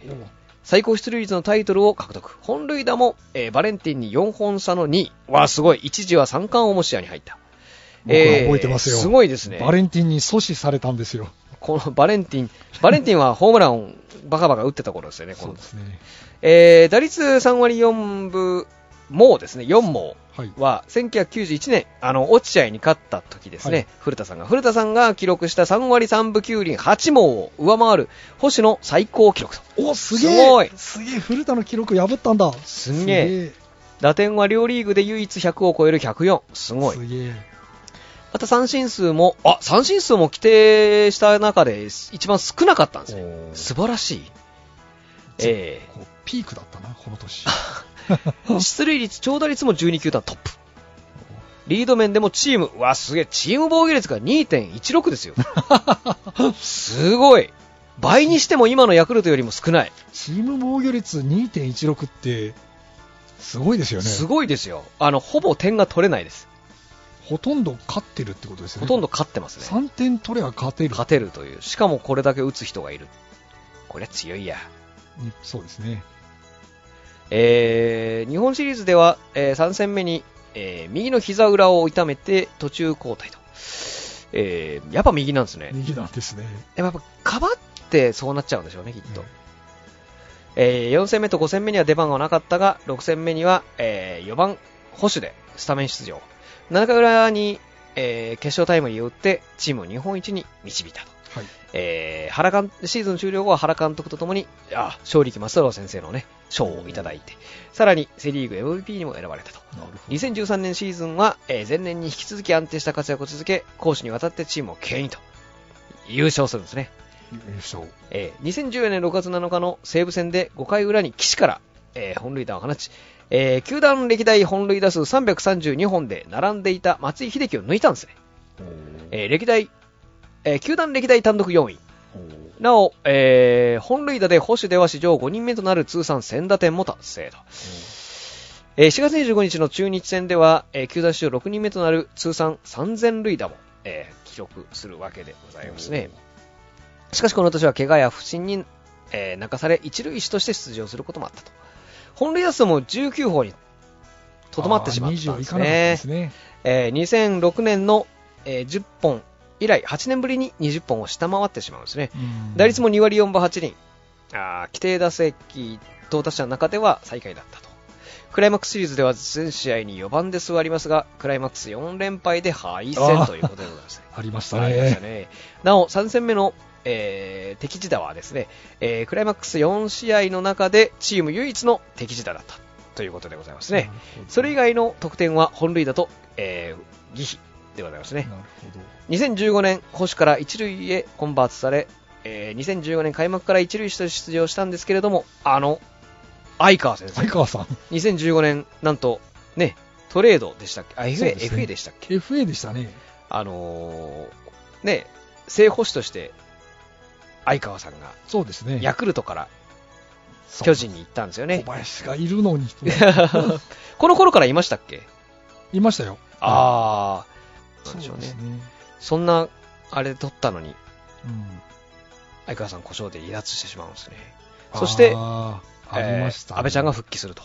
最高出塁率のタイトルを獲得。本塁打も、えーバレンティンに4本差の2位。わ、すごい。一時は三冠王も視野に入った。
僕は覚えてますよ、
えーすごいですね。
バレンティンに阻止されたんですよ、
このバレンティン、バレンティンはホームランをバカバカ打ってた頃ですよね、こ
そう
の
ですね、
えー打率3割4分、もうですね、4毛
はい、
は1991年、あの、落合に勝った時ですね、
はい
古田さんが、古田さんが記録した3割3分9厘8毛を上回る星野最高記録と。
おすげえ、
すごい
すげえ、古田の記録破ったんだ、
すんげえ打点は両リーグで唯一100を超える104。すごい
す。げえ、
また三振数も、あ、三振数も規定した中で一番少なかったんですね。
おー
素晴らしい。えー
こうピークだったな、この年。
出塁率、長打率も12球団トップ。リード面でもチーム、うわ、すげえ、チーム防御率が2.16ですよ。すごい。倍にしても今のヤクルトよりも少ない。
チーム防御率2.16って、すごいですよね。
すごいですよ。あの、ほぼ点が取れないです。
ほとんど勝ってるってことですよ
ほ
ね。
とんど勝ってますね。
3点取れば勝てる。
勝てるという。しかもこれだけ打つ人がいる。こりゃ強いや。
うんそうですね。
えー日本シリーズでは、え3戦目に、えー右の膝裏を痛めて途中交代と。えーやっぱ右なんですね。
右なんですね。
でもやっぱ、かばってそうなっちゃうんでしょうね、きっと。
うん
えー4戦目と5戦目には出番がなかったが、6戦目には、え4番、保守でスタメン出場。7回裏に、えー決勝タイムリーを打って、チームを日本一に導いたと。
はい。
えー原監シーズン終了後は原監督とともに、あ、勝利松太郎先生のね、賞をいただいて、さらにセリーグ MVP にも選ばれたと。
なるほど。
2013年シーズンは、えー前年に引き続き安定した活躍を続け、攻守にわたってチームを牽引と、優勝するんですね。
優勝。
えー2014年6月7日の西武戦で5回裏に岸から、えー本塁打を放ち、えー球団歴代本塁打数332本で並んでいた松井秀喜を抜いたんですね。えー歴代、えー球団歴代単独4位、
おー
なお、えー本塁打で保守では史上5人目となる通算1000打点も達成と。えー4月25日の中日戦では、えー球団史上6人目となる通算3000塁打も、えー記録するわけでございますね。しかしこの年は怪我や不振に、えー泣かされ、一塁手として出場することもあったと。本塁打数も19本にとどまってしまったん
あー20
で
い
す
かなかった
ね
で。すね。
えー2006年の、えー10本以来、8年ぶりに20本を下回ってしまうんですね。
うん
打率も2割4分8厘。あー規定打席到達者の中では最下位だったと。クライマックスシリーズでは全試合に4番で座りますが、クライマックス4連敗で敗
あ
戦
ー
ということでございますね。
ありました
ありました
ね。
ね。なお、3戦目の、えー敵地打はですね、えークライマックス4試合の中でチーム唯一の敵地打だったということでございますね。それ以外の得点は本塁打と、えー、疑でございますね。
なるほど。
2015年、保守から一塁へコンバートされ、えー2015年開幕から一塁手として出場したんですけれども、あの、相川先
相
生、
川さん、
2015年、なんと、ね、トレードでしたっけあ、
そう
FA,
ですね
FA でしたっけ
FA でしたね。
あのーね、正捕手として、相川さんが、
そうですね。
ヤクルトから
そう
巨人に行ったんですよね
小。林がいるの に。
この頃からいましたっけ
いましたよ。
ああ、なんでし
そ
ょ
う
う
で
ね
す。ね。
そんな、あれで取ったのに、
うん
相川さん故障で離脱してしまうんですね。そして
あーありましたね。
えー安倍ちゃんが復帰すると。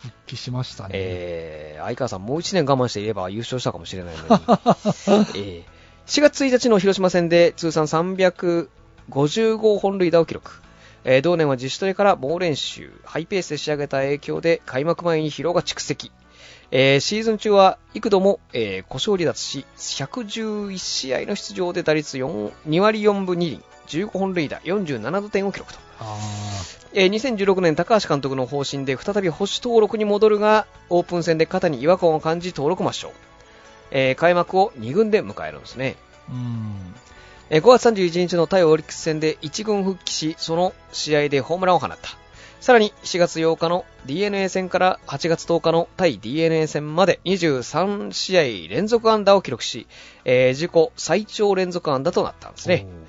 復帰しましたね。
えー相川さんもう1年我慢していれば優勝したかもしれな いのに。えー4月1日の広島戦で通算355本塁打を記録。えー同年は自主トレから猛練習、ハイペースで仕上げた影響で開幕前に疲労が蓄積。えーシーズン中は幾度も、えー故障離脱し、111試合の出場で打率4 2割4分2厘、15本塁打、47打点を記録と。
あ
えー2016年高橋監督の方針で再び保守登録に戻るがオープン戦で肩に違和感を感じ登録抹消、えー開幕を2軍で迎えるんですね、
ーうん。
えー5月31日の対オリックス戦で1軍復帰しその試合でホームランを放ったさらに4月8日の d n a 戦から8月10日の対 d n a 戦まで23試合連続安打を記録し、えー自己最長連続安打となったんですね、えー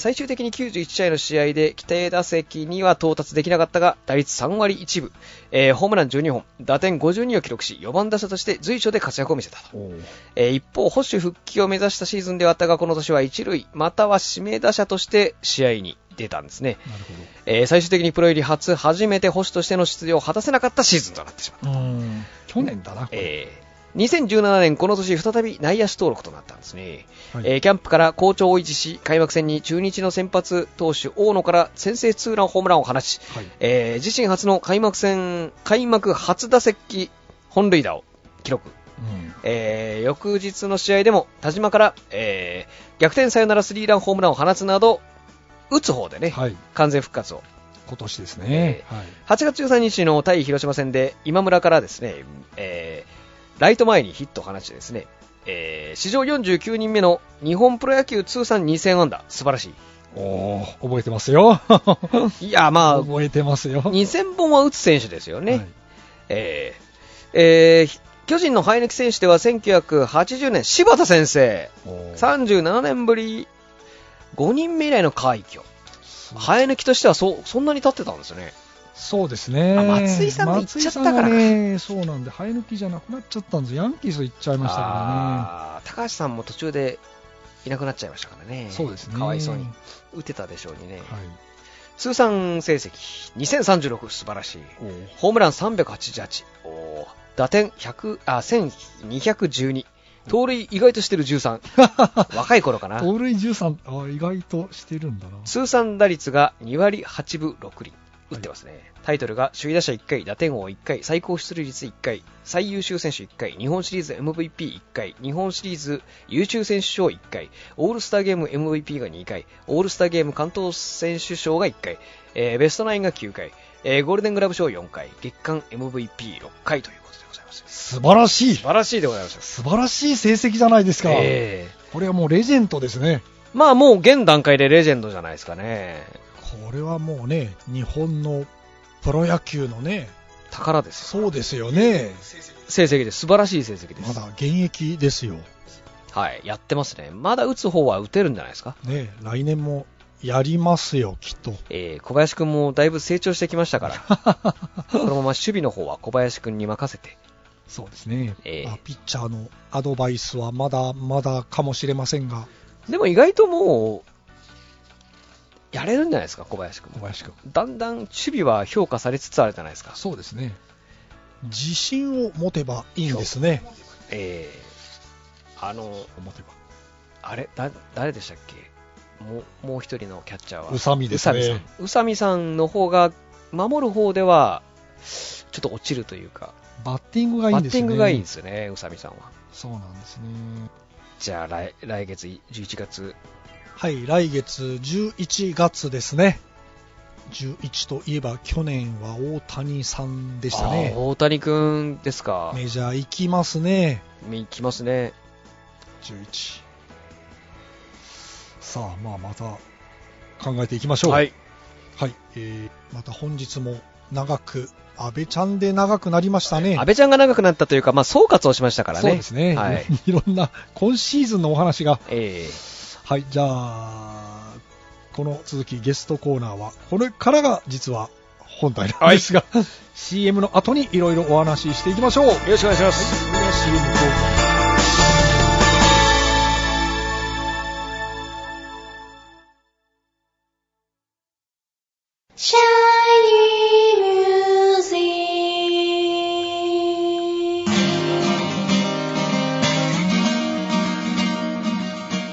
最終的に91試合の試合で規定打席には到達できなかったが打率3割1分、えーホームラン12本打点52を記録し4番打者として随所で活躍を見せたと、
おー。
えー一方保守復帰を目指したシーズンではあったがこの年は一塁または指名打者として試合に出たんですね、
なる
えー最終的にプロ入り初初めて保守としての出場を果たせなかったシーズンとなってしまった
ほど。うん。去年だな、これ。
えー2017年、この年再び内野手登録となったんですね、
はい
えーキャンプから好調を維持し開幕戦に中日の先発投手大野から先制ツーランホームランを放ち、
はい。
えー自身初の開幕戦開幕初打席本塁打を記録、
うん。
えー翌日の試合でも田島から、えー逆転サヨナラスリーランホームランを放つなど打つ方でね、
はい。
完全復活を
今年ですね。はい。
8月13日の対広島戦で今村からですね、えーライト前にヒットを放ちですね、えー史上49人目の日本プロ野球通算2000安打、素晴らし
おー、覚えてますよ。
い。いや、まあ、
覚えてますよ。
2000本は打つ選手ですよね。
はい
えーえー巨人の生え抜き選手では1980年、柴田先生、
おー
37年ぶり、5人目以来の快挙。
す
生え抜きとしてはそうそんなに立ってたんですよね。
そうですね。
あ松井さんが行っちゃったから
松井さんがね、そうなんで、生え抜きじゃなくなっちゃったんです。ヤンキース行っちゃいましたか
あー高橋さんも途中でいなくなっちゃいましたからね
らね。そうですね。
かわいそうに
は
打てたでしょうにね、
い。
通算成績2036素晴らしい
おー
ホームラン388おー打点100あ1212盗塁意外としてる13 若い頃かな
盗塁13、あ意外としてるんだな。
通算打率が2割8分6厘打ってますね、タイトルが首位打者1回打点王1回最高出塁率1回最優秀選手1回日本シリーズ MVP1 回日本シリーズ優秀選手賞1回オールスターゲーム MVP が2回オールスターゲーム関東選手賞が1回、えーベストナインが9回、えーゴールデングラブ賞4回月間 MVP6 回ということでございます
素晴らしい
素晴らしいでございます
素晴らしい成績じゃないですか。
え
これはもうレジェンドですね。
ーまあもう現段階でレジェンドじゃないですかね
これはもうね、日本のプロ野球のね、
宝ですよ
そうですよね。
成績です素晴らしい成績です
まだ現役ですよ。
はい、やってますね。まだ打つ方は打てるんじゃないですか。
ね、来年もやりますよ、きっと。
えー小林くんもだいぶ成長してきまし たから、このまま守備の方は小林くんに任せて、
そうですね、
ええ
まあピッチャーのアドバイスはまだまだかもしれませんが、
でも意外ともう、やれるんじゃないですか、小林くん
小
も。
林君。
だんだん守備は評価されつつあるじゃないですか。
そうですね。自信を持てばいいんですね。
えーあの、
持てば。
あれ、だ誰でしたっけもうもう一人のキャッチャーは。
宇佐美ですね
宇佐美さん。宇佐美さんの方が、守る方では、ちょっと落ちるというか、
バッティングがいい
バ
んです
ッティ
ね。
ングがいいんですよね、宇佐美さんは。
そうなんですね。
じゃあ来、来月い11月、
はい、来月11月ですね。11といえば去年は大谷さんでした
あー
ね。
大谷君ですか、
メジャー行きますね。
見きますね、
11。さあ、まあまた考えていきましょう。
はい、
はい、えーまた本日も長く、安倍ちゃんで長くなりましたね。
安倍ちゃんが長くなったというか、まあ、総括をしましたからね、
そうですね、
はい い、
ろんな今シーズンのお話が、
ええ
はい、じゃあ、この続きゲストコーナーは、これからが実は本題なんですが、CM の後にいろいろお話ししていきましょう。
よろしくお願いします。
それでは CM どうぞ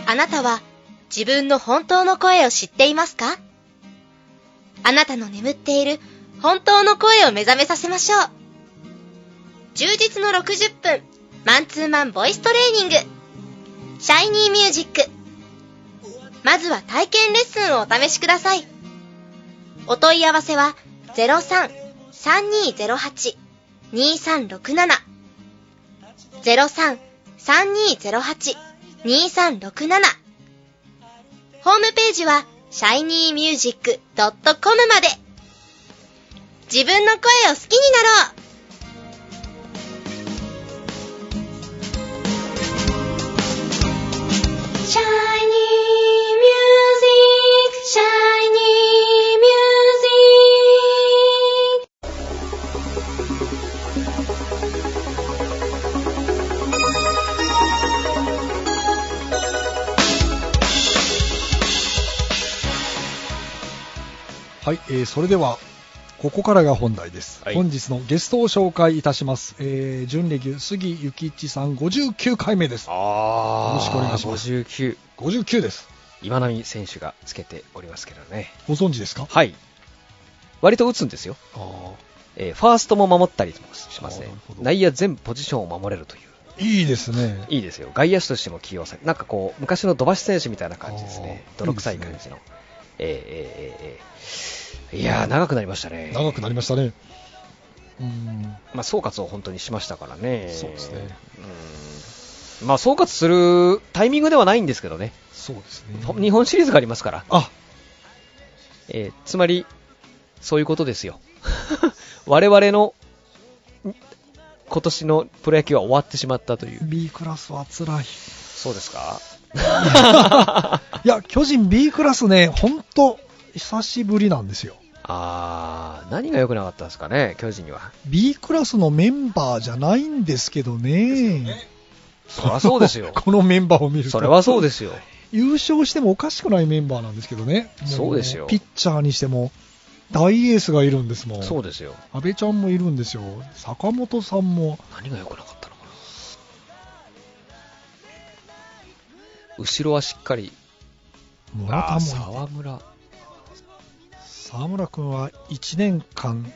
あなたは自分の本当の声を知っていますかあなたの眠っている本当の声を目覚めさせましょう。充実の60分、マンツーマンボイストレーニング、シャイニーミュージック。まずは体験レッスンをお試しください。お問い合わせは03-3208-2367 03-3208-2367 2367ホームページは shinymusic.com まで自分の声を好きになろう「シャイニーミュージックシャイニーミュージック」
はい、えーそれではここからが本題です、
はい
本日のゲストを紹介いたします、えー、準レギュ杉ゆきちさん59回目ですよ
あ
ろしくお願いします
59、
59です
今波選手がつけておりますけどね、
ご存知ですか
はい、割と打つんですよ、
あ
えーファーストも守ったりもしますね
あーなるほ、ど
内野全ポジションを守れるという。
ーいいですね
いいですよ外野手としても起用されなんかこう昔の土橋選手みたいな感じですね
あー
泥臭い感じのええええええええいやー長くなりましたね
長くなりましたねうん
まあ、総括を本当にしましたからね、
そうですね
うんまあ、総括するタイミングではないんですけどね、
そうですね
日本シリーズがありますから、
あ
えーつまり、そういうことですよ、 我々のん今年のプロ野球は終わってしまったという、
B クラスは辛い
そうですか、
いや巨人 B クラスね本当久しぶりなんですよ
あー何が良くなかったですかね、巨人には。
B クラスのメンバーじゃないんですけどね
そりゃそう ですよ
このメンバーを見ると
それはそうですよ。
優勝してもおかしくないメンバーなんですけどね、も
そうですよ
ピッチャーにしても、大エースがいるんですもん、
そうですよ。
安倍ちゃんもいるんですよ、坂本さんも、
何が良くなかったのかな。後ろはしっかり。
村
あ
田
ー
もい
沢村。
て、沢村君は1年間、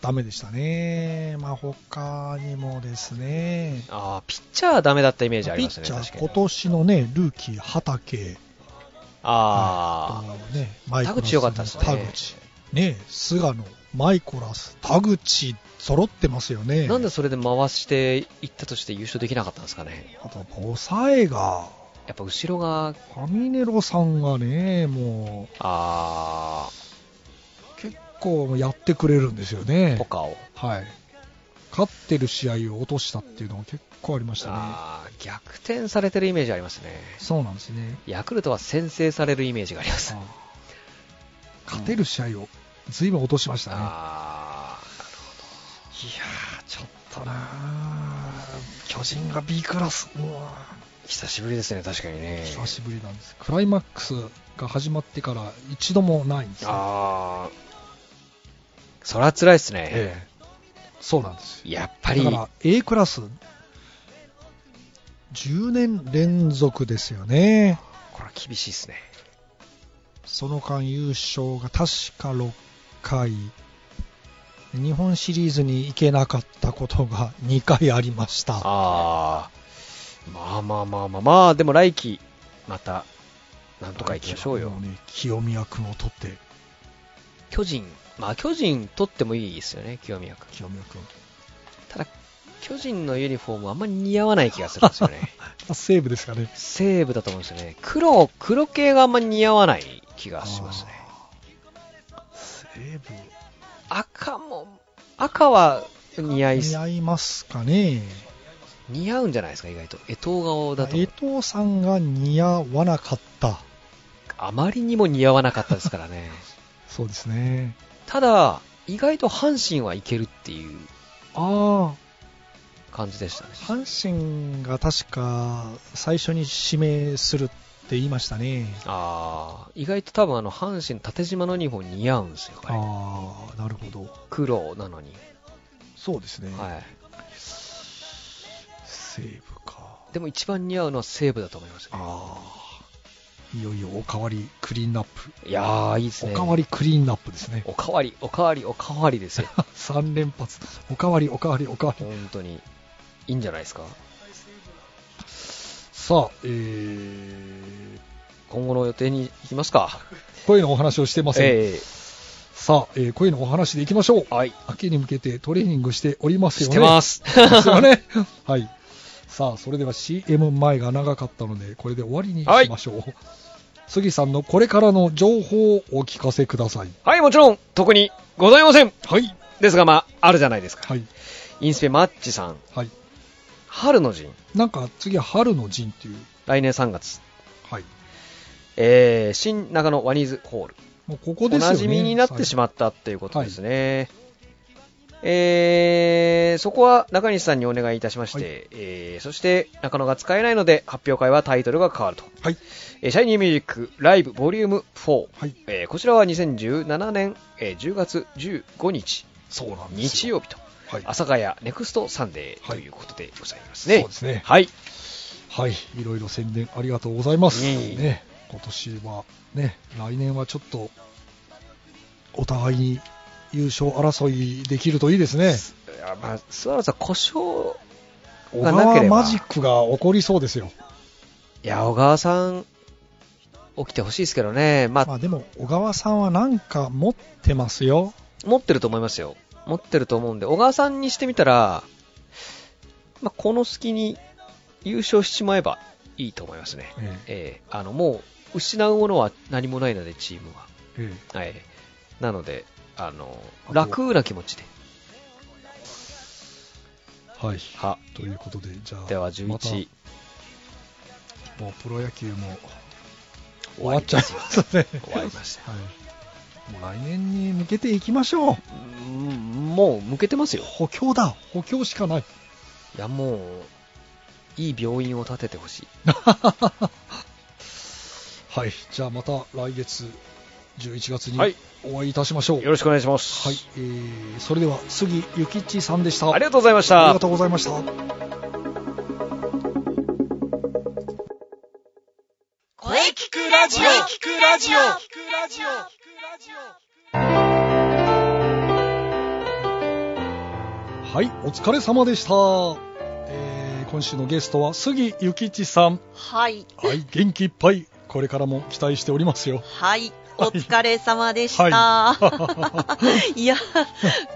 ダメでしたね、まあ他にもですね、
ああ、ピッチャーはダメだったイメージあり
ピ
ま
ッ
すね。
チャ
確
ー、
かに
今。年のね、ルーキー、畠、
ああ、
とね、マイコラス
田口良かったですね
田口、ね、菅野、マイコラス、田口、揃ってますよね。
なんでそれで回していったとして優勝できなかったんですかね。
あと、抑えが、
やっぱ後ろが、
ファミネロさんがね、も
あ
う結構やってくれるんですよ
あ、ポ
ね。
カを。
はい。勝ってる試合を落としたっていうのが結構ありましたね。
あー逆転されてるイメージありますね。
そうなんですね。
ヤクルトは先制されるイメージがあります。
あー勝てる試合を随分落としましたね。いや
あ
ー、ちょっとなー巨人が B クラス。うわ
ー久しぶりですね、確かにね。
ー久しぶりなんです。クライマックスが始まってから一度もないんですよ、
ああ。そら辛いっすね。
ええそうなんですよ。
やっぱり、
だから A クラス10年連続ですよね
これは厳しいっすね。
その間優勝が確か6回日本シリーズに行けなかったことが2回ありました
ああ。まあまあまあまあまあ、でも来季、また、なんとか行きましょうよ
も。ね清宮君を取って
巨人、まあ巨人取ってもいいですよね、清宮君。
清宮君
ただ、巨人のユニフォームあんまり似合わない気がするんです よね。
あセーブですかね
西武だと思うんですよね。黒、黒系があんまり似合わない気がしますね。
あーセーブ
赤も、赤は似合いす
似合いますかね
似合うんじゃないですか、意外と。江藤顔だと思
江
う。
藤さんが似合わなかった
あまりにも似合わなかったですか らね。
そうですね
ただ、意外と阪神はいけるっていう
ああ
感じでしたね。
阪神が確か最初に指名するって言いましたね。
ああ、意外と多分あの、阪神縦島の2本似合うんですよ、これ
ああ、なるほど。
黒なのに。
そうですね。
はい。
セーブか。
でも一番似合うのは西武だと思います、ね。
ああ、いよいよおかわりクリーンナップ。
いやー、いいですね。
おかわりクリーンナップですね。
おかわり、おかわり、おかわりですよ。
3連発。おかわり、おかわり、おかわり。
本当に。いいんじゃないですか。
さあ、えー、
今後の予定に行きますか。
声のお話をしてません。
え
さあ、えー、声のお話でいきましょう
え。はい。
秋に向けてトレーニングしておりますよ
し
ね。
てます。
ですよね。 はい。さあ、それでは CM 前が長かったので、これで終わりにしましょう。杉さんのこれからの情報をお聞かせください。
はい、もちろん、特にございません。
はい。
ですが、まあ、あるじゃないですか。
はい。
インスペマッチさん、
はい。
春の陣、
なんか、次は春の陣っていう。
来年3月、
はい。
えー、新中野ワニーズホール、
もうここ
お
ですよね。
なじみになってしまったっていうことですね。えー、そこは中西さんにお願いいたしまして、
は
えー、そして中野が使えないので発表会はタイトルが変わると。
はい。
えーシャイニーミュージックライブボリューム4、
はい。
えー、こちらは2017年、えー10月15日、
そうなんです
日
よ。
曜日と、
はい。
阿佐ヶ谷ネクストサンデーということでございますね。
そうですね。
はい。
はい。いろいろ宣伝ありがとうございます。
いえいえ
ね。今年は、ね、来年はちょっと、お互いに優勝争いできるといいですね。
いやまあ、スワローズは故障、
小
がなけ
川
れば
マジックが起こりそうですよ。
いや、小川さん、起きてほしいですけどね、まあ、
まあでも、小川さんはなんか持ってますよ。
持ってると思いますよ。持ってると思うんで、小川さんにしてみたら、まあ、この隙に優勝しちまえばいいと思いますね。ええあの、もう、失うものは何もないので、チームは。
え
はい。なので、あの、
あと
楽な気持ちで。
えはい。
は、
ということで、じゃあ、
では
また
11、
もうプロ野球も
終
終
わ
わっ
り
ちゃい
で
ます
よ。
すね。
終 わりました。
はい。もう来年に向けていきましょう。
うんもう、向けてますよ。
補強だ。補強しかない。
いや、もう、いい病院を建ててほしい。
はい。じゃあまた来月11月に
はい
お会いいたしましょう。
よろしくお願いします。
はい。えーそれでは、杉ゆきっちさんでした。
ありがとうございまし
ありが。
た
とうございました。
声聞くラジオ声聞くラジオ
はい、お疲れ様でした。えー今週のゲストは杉ゆきちさん。
はい、
はい、元気いっぱい。これからも期待しておりますよ。
はい、お疲れ様でした。い、や、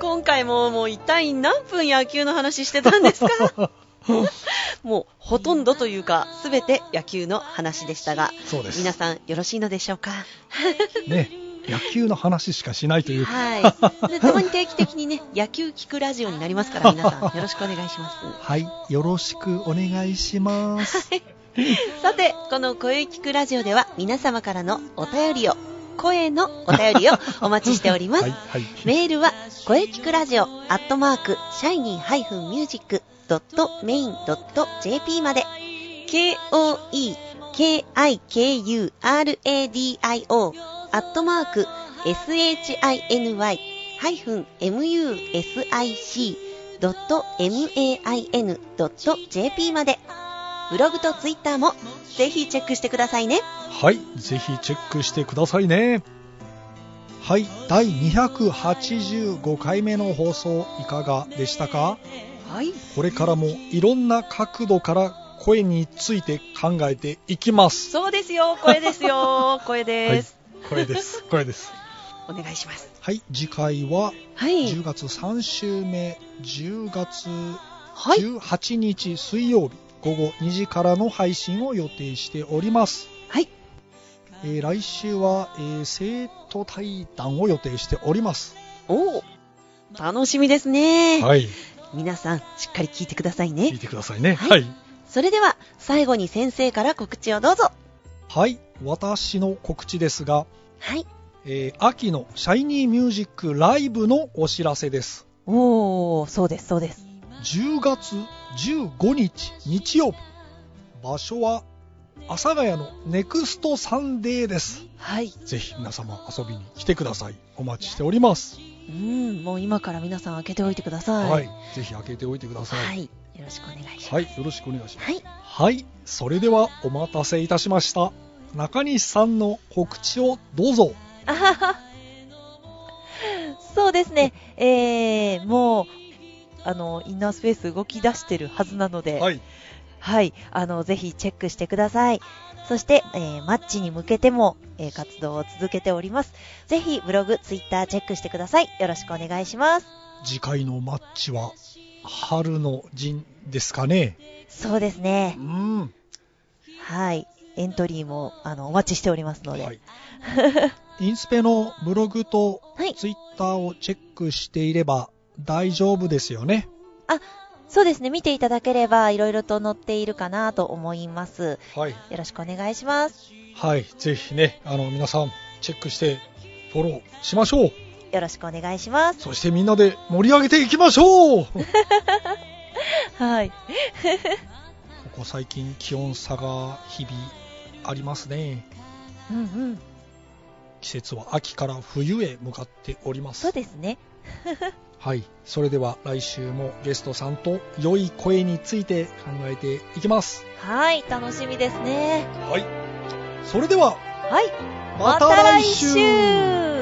今回ももう一体何分野球の話してたんですか もうほとんどというか、すべて野球の話でしたが、
そうです。
皆さんよろしいのでしょうか
ね、野球の話しかしないという。
はい。でたまに定期的にね、野球聞くラジオになりますから、皆さん、よろしくお願いします。
はい、よろしくお願いします。
さて、この声聞くラジオでは、皆様からのお便りを、声のお便りをお待ちしております。
はい、はい。
メールは、声聞くラジオ、アットマーク、シャイニー -music.main.jp まで、k-o-e-k-i-k-u-r-a-d-i-o、アットマーク、shiny-music.main.jp まで、ブログとツイッターも、ぜひチェックしてくださいね。
はい、ぜひチェックしてくださいね。はい、第285回目の放送いかがでしたか
はい。
これからもいろんな角度から声について考えていきます。
そうですよ、声ですよ、声です。、
声 です、声です。
お願いします。
はい、次回は
はい
10。月3週目、10月
はい。
18日水曜日午後2時からの配信を予定しております。
はい。
えー来週は、えー生徒対談を予定しております。
おお、楽しみですね。
はい、
皆さん、しっかり聞いてください
聞
ね
い。てくださいね。
は
はいい。
それでは、最後に先生から告知をどうぞ。
はい、私の告知ですが、
はい。
えー秋のシャイニーミュージックライブのお知らせです。
おお、そうです、そうです。
10月15日日曜日。場所は阿佐ヶ谷のネクストサンデーです。
はい。
ぜひ皆様遊びに来てください。お待ちしております。
うん、もう今から皆さん開けておいてください。
はい、ぜひ開けておいてくださ。
はいい。よろしくお願いします。
はい、よろしくお願いします。
はい。
はい、それではお待たせいたしました。中西さんの告知をどうぞ。
あはは。 そうですね。えー、もう、あの、インナースペース動き出してるはずなので、
はい、
はい、あの、ぜひチェックしてください。そして、えーマッチに向けても、えー活動を続けております。ぜひ、ブログ、ツイッターチェックしてください。よろしくお願いします。
次回のマッチは春の陣ですかね。
そうです
う
ね。
ん、は
はい。エントリーも、あの、お待ちしておりますので。はい。
い。 インスペのブログとツイッターをチェックしていれば大丈夫ですよね。
そうですね。見ていただければ、いろいろと載っているかなと思います。
はい、
よろしくお願いします。
はい、ぜひね、あの皆さんチェックしてフォローしましょう。
よろしくお願いします。
そしてみんなで盛り上げていきましょ うこ
はい。
こ最近気温差が日々ありますね
うんうん。
季節は秋から冬へ向かっておりま
そう
す
ですね。
はいそれでは来週もゲストさんと良い声について考えていきます
はい。楽しみですね。
はいそれでは
はい。
ま
ま
た
た
来
来
週
週